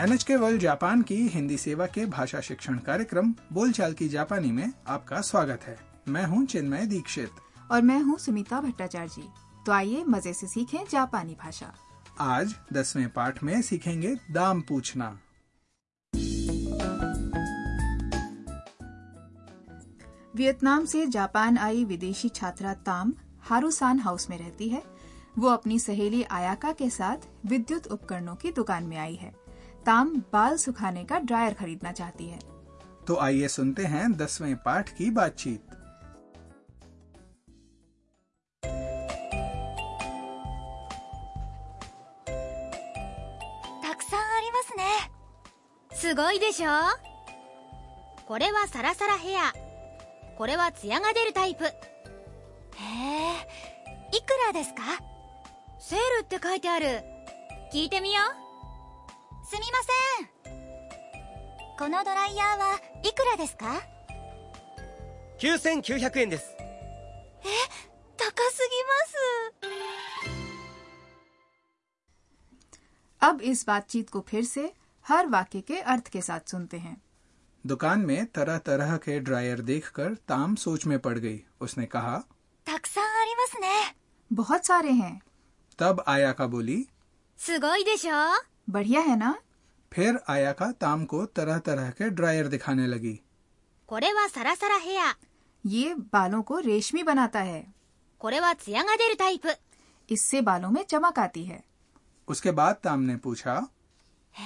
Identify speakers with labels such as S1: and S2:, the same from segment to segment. S1: NHK world Japan की हिंदी सेवा के भाषा शिक्षण कार्यक्रम बोलचाल की जापानी में आपका स्वागत है मैं हूं चिन्मय दीक्षित
S2: और मैं हूँ सुमिता भट्टाचार्य जी तो आइए मजे से सीखें जापानी भाषा
S1: आज दसवें पाठ में सीखेंगे दाम पूछना
S2: वियतनाम से जापान आई विदेशी छात्रा ताम हारूसान हाउस में रहती है वो अपनी सहेली आयाका के साथ विद्युत उपकरणों की दुकान में आई है ताम बाल सुखाने का ड्रायर खरीदना चाहती है
S1: तो आइए सुनते हैं दसवें पाठ की बातचीत
S3: たくさんありますねすごいでしょこれはサラサラヘアこれはツヤが出るタイプへえいくらですかセールって書いてある聞いてみようすみませんこのドライヤーはいくらですか
S4: 9900円です
S3: 高すぎます
S2: अब इस बातचीत को फिर से हर वाक्य के अर्थ के साथ सुनते हैं
S1: दुकान में तरह तरह के ड्रायर देखकर ताम सोच में पड़ गई उसने कहा
S3: たくさんありますね
S2: बहुत सारे हैं
S1: तब आयाका बोली
S3: すごいでしょ
S2: बढ़िया है ना
S1: फिर आयाका ताम को तरह तरह के ड्रायर दिखाने लगी
S3: これはサラサラヘア
S2: ये बालों को रेशमी बनाता है
S3: これはツヤが出るタイプへ
S2: इससे बालों में चमक आती है
S1: उसके बाद ताम ने पूछा
S3: え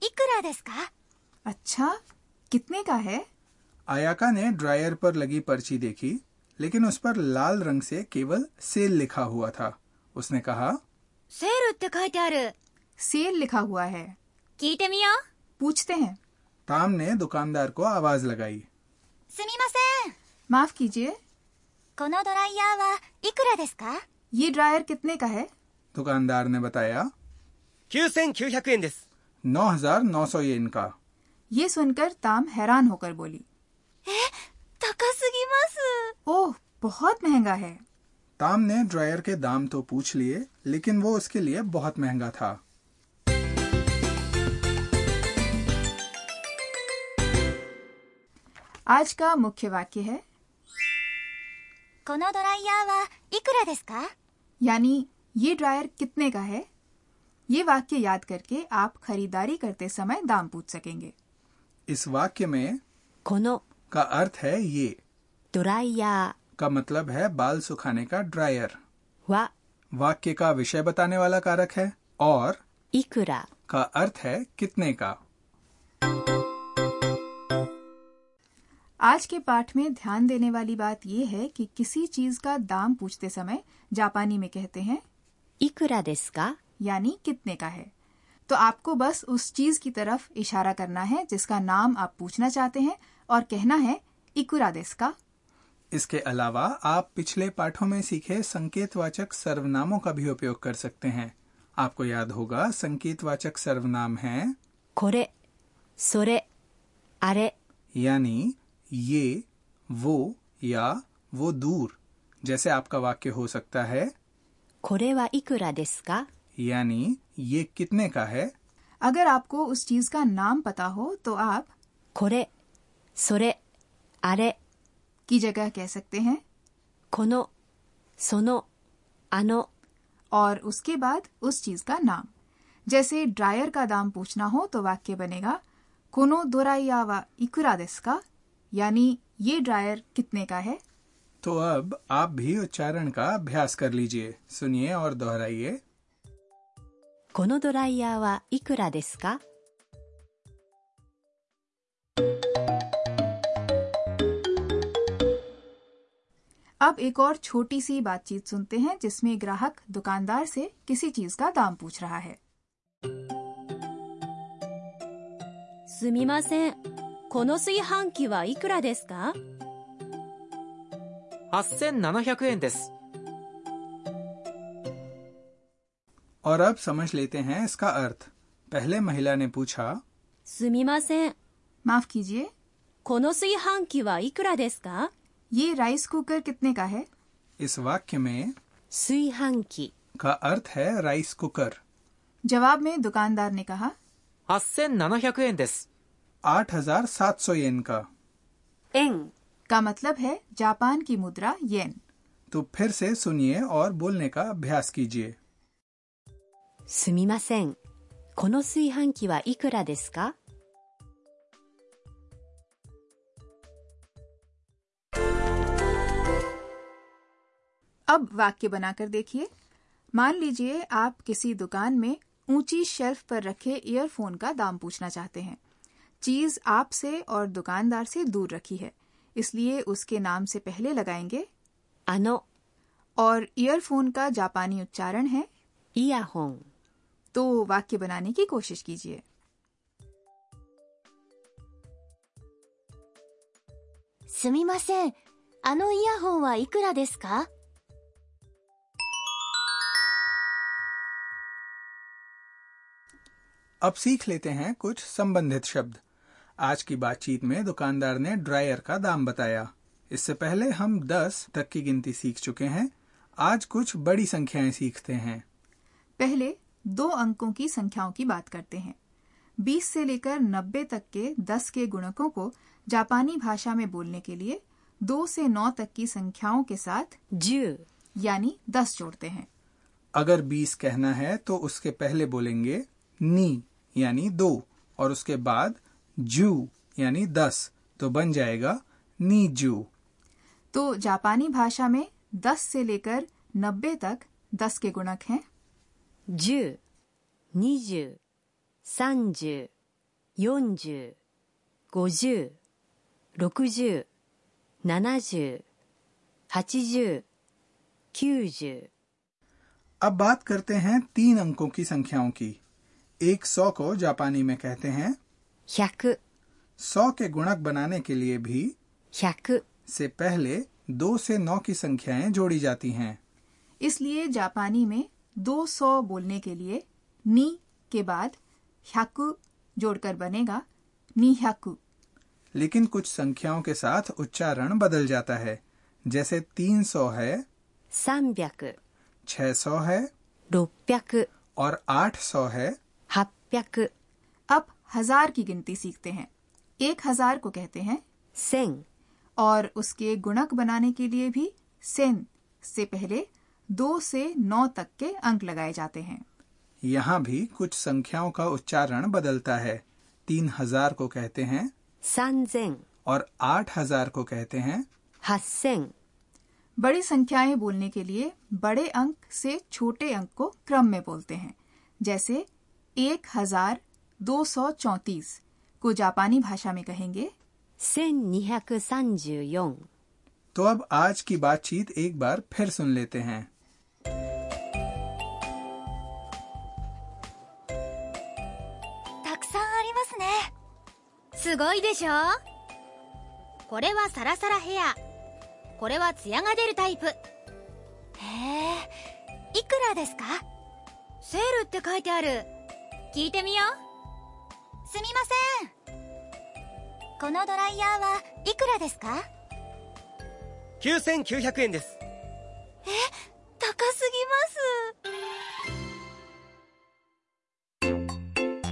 S3: いくらですか
S2: अच्छा कितने का है
S1: आयाका ने ड्रायर पर लगी पर्ची देखी लेकिन उस पर लाल रंग से केवल सेल लिखा हुआ था उसने कहा
S3: セールって書いてある
S2: सेल लिखा हुआ है
S3: 聞いてみよう
S2: पूछते हैं
S1: ताम ने दुकानदार को आवाज लगाई
S3: すみません
S2: माफ कीजिए
S3: このドライヤーはいくらですか
S2: ये ड्रायर कितने का है
S1: दुकानदार ने बताया
S4: 9900円です
S1: नौ हजार नौ सौ येन का
S2: ये सुनकर ताम हैरान होकर बोली
S3: 高すぎ
S2: ओह बहुत महंगा है
S1: ताम ने ड्रायर के दाम तो पूछ लिए लेकिन वो उसके लिए बहुत महंगा था
S2: आज का मुख्य वाक्य है
S3: ますこのドライヤーはいくらですか
S2: यानी ये ड्रायर कितने का है ये वाक्य याद करके आप खरीदारी करते समय दाम पूछ सकेंगे
S1: इस वाक्य में
S5: この
S1: का अर्थ है ये
S5: ドライヤ
S1: का मतलब है बाल सुखाने का ड्रायर
S5: ーは
S1: वाक्य का विषय बताने वाला कारक है और
S5: いくら
S1: का अर्थ है कितने का
S2: आज के पाठ में ध्यान देने वाली बात यह है कि किसी चीज का दाम पूछते समय जापानी में कहते हैं
S5: いくらですか
S2: यानी कितने का है तो आपको बस उस चीज की तरफ इशारा करना है जिसका नाम आप पूछना चाहते हैं और कहना है इकुरा देस का
S1: इसके अलावा आप पिछले पाठों में सीखे संकेतवाचक सर्वनामों का भी उपयोग कर सकते हैं आपको याद होगा संकेतवाचक सर्वनाम है
S5: これそれあれ
S1: यानी ये वो या वो दूर जैसे आपका वाक्य हो सकता है
S5: これはいくらですか
S1: यानी ये कितने का है
S2: अगर आपको उस चीज का नाम पता हो तो आप
S5: これそれあれ
S2: की जगह कह सकते हैं
S5: このそのあの
S2: और उसके बाद उस चीज का नाम जैसे ड्रायर का दाम पूछना हो तो वाक्य बनेगा कोनो दोराइयावा इकुरा देस का यानी ये ड्रायर कितने का है
S1: तो अब आप भी उच्चारण का अभ्यास कर लीजिए सुनिए और दोहराइए
S5: このドライヤーはいくらですか
S2: अब एक और छोटी सी बातचीत सुनते हैं जिसमें ग्राहक दुकानदार से किसी चीज का दाम पूछ रहा है
S5: すみませんこの炊飯器はいくらですか
S4: 8700円です。
S1: और अब समझ लेते हैं इसका अर्थ पहले महिला ने पूछा
S5: すみません
S2: माफ कीजिए
S5: この炊飯器はいくらですか
S2: ये राइस कुकर कितने का है
S1: इस वाक्य में
S5: 炊飯器
S1: का अर्थ है राइस कुकर
S2: जवाब में दुकानदार ने कहा
S4: 8700円です。
S1: आठ हजार सात सौ येन का
S6: 円、
S2: का मतलब है जापान की मुद्रा येन
S1: तो फिर से सुनिए और बोलने का अभ्यास कीजिए
S7: すみません。この炊飯器はいくらですか
S2: अब वाक्य बनाकर देखिए मान लीजिए आप किसी दुकान में ऊंची शेल्फ पर रखे ईयरफोन का दाम पूछना चाहते हैं चीज आपसे और दुकानदार से दूर रखी है इसलिए उसके नाम से पहले लगाएंगे
S7: あの、
S2: और ईयरफोन का जापानी उच्चारण है
S7: イヤホン。
S2: तो वाक्य बनाने की कोशिश कीजिए
S3: すみません。あのイヤホンはいくらですか
S1: अब सीख लेते हैं कुछ संबंधित शब्द आज की बातचीत में दुकानदार ने ड्रायर का दाम बताया इससे पहले हम 10 तक की गिनती सीख चुके हैं आज कुछ बड़ी संख्याएं सीखते हैं
S2: पहले दो अंकों की संख्याओं की बात करते हैं 20 से लेकर 90 तक के 10 के गुणकों को जापानी भाषा में बोलने के लिए 2 से 9 तक की संख्याओं के साथ
S7: 10、
S2: यानी 10 जोड़ते हैं
S1: अगर 20 कहना है तो उसके पहले बोलेंगे नी यानी दो और उसके बाद जू यानी दस तो बन जाएगा नी जू
S2: तो जापानी भाषा में 10 से लेकर 90 तक 10 के गुणक हैं
S7: 10、20、30、40、50、60、70、80、90。
S1: अब बात करते हैं तीन अंकों की संख्याओं की एक सौ को जापानी में कहते हैं
S7: 100、
S1: सौ के गुणक बनाने के लिए भी
S7: 100、
S1: से पहले दो से नौ की संख्याएं जोड़ी जाती हैं
S2: इसलिए जापानी में 200 बोलने के लिए नी के बाद ह्याकु जोड़कर बनेगा नी ह्याकु
S1: लेकिन कुछ संख्याओं के साथ उच्चारण बदल जाता है जैसे 300 है
S7: 300、
S1: 600 है
S7: 600、
S1: और 800 है
S7: 800、
S2: अब हजार की गिनती सीखते हैं एक हजार को कहते हैं
S7: 1000、
S2: और उसके गुणक बनाने के लिए भी सेन से पहले दो से नौ तक के अंक लगाए जाते हैं
S1: यहाँ भी कुछ संख्याओं का उच्चारण बदलता है तीन हजार को कहते हैं
S7: 3000、
S1: और आठ हजार को कहते हैं
S7: 8000、
S2: बड़ी संख्याएं बोलने के लिए बड़े अंक से छोटे अंक को क्रम में बोलते हैं जैसे एक हजार दो सौ चौंतीस को जापानी भाषा में कहेंगे
S7: 1234。
S1: तो अब आज की बातचीत एक बार फिर सुन लेते हैं
S3: たくさんありますね。すごいでしょこれはサラサラヘア。これはツヤが出るタイプ。へえ、いくらですかセールって書いてある。聞いてみよう。すみません。このドライヤーはいくらですか
S4: 9900円です。
S3: 高すぎます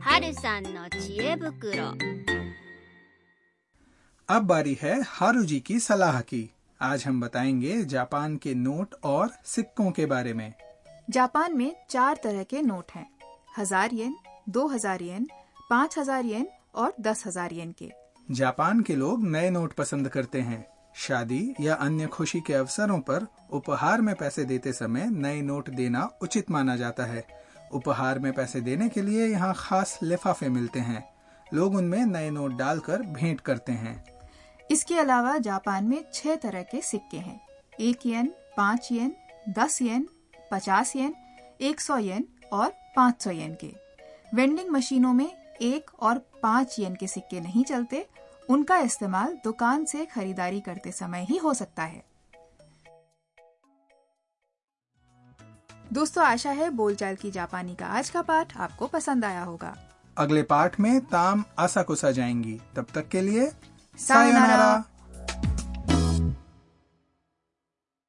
S3: 春さんの知恵袋
S1: अब बारी है हारू जी की सलाह की आज हम बताएंगे जापान के नोट और सिक्कों के बारे में
S2: जापान में चार तरह के नोट हैं हजार येन दो हजार येन पाँच हजार येन और दस हजार येन के
S1: जापान के लोग नए नोट पसंद करते हैं शादी या अन्य खुशी के अवसरों पर उपहार में पैसे देते समय नए नोट देना उचित माना जाता है उपहार में पैसे देने के लिए यहाँ खास लिफाफे मिलते हैं लोग उनमें नए नोट डालकर भेंट करते हैं
S2: इसके अलावा जापान में छह तरह के सिक्के हैं एक येन पाँच येन दस येन पचास येन एक सौ येन और पाँच सौ येन के वेंडिंग मशीनों में एक और पाँच येन के सिक्के नहीं चलते उनका इस्तेमाल दुकान से खरीदारी करते समय ही हो सकता है दोस्तों आशा है बोलचाल की जापानी का आज का पाठ आपको पसंद आया होगा
S1: अगले पार्ट में ताम आसा को सजाएंगी तब तक के लिए
S2: सायोनारा।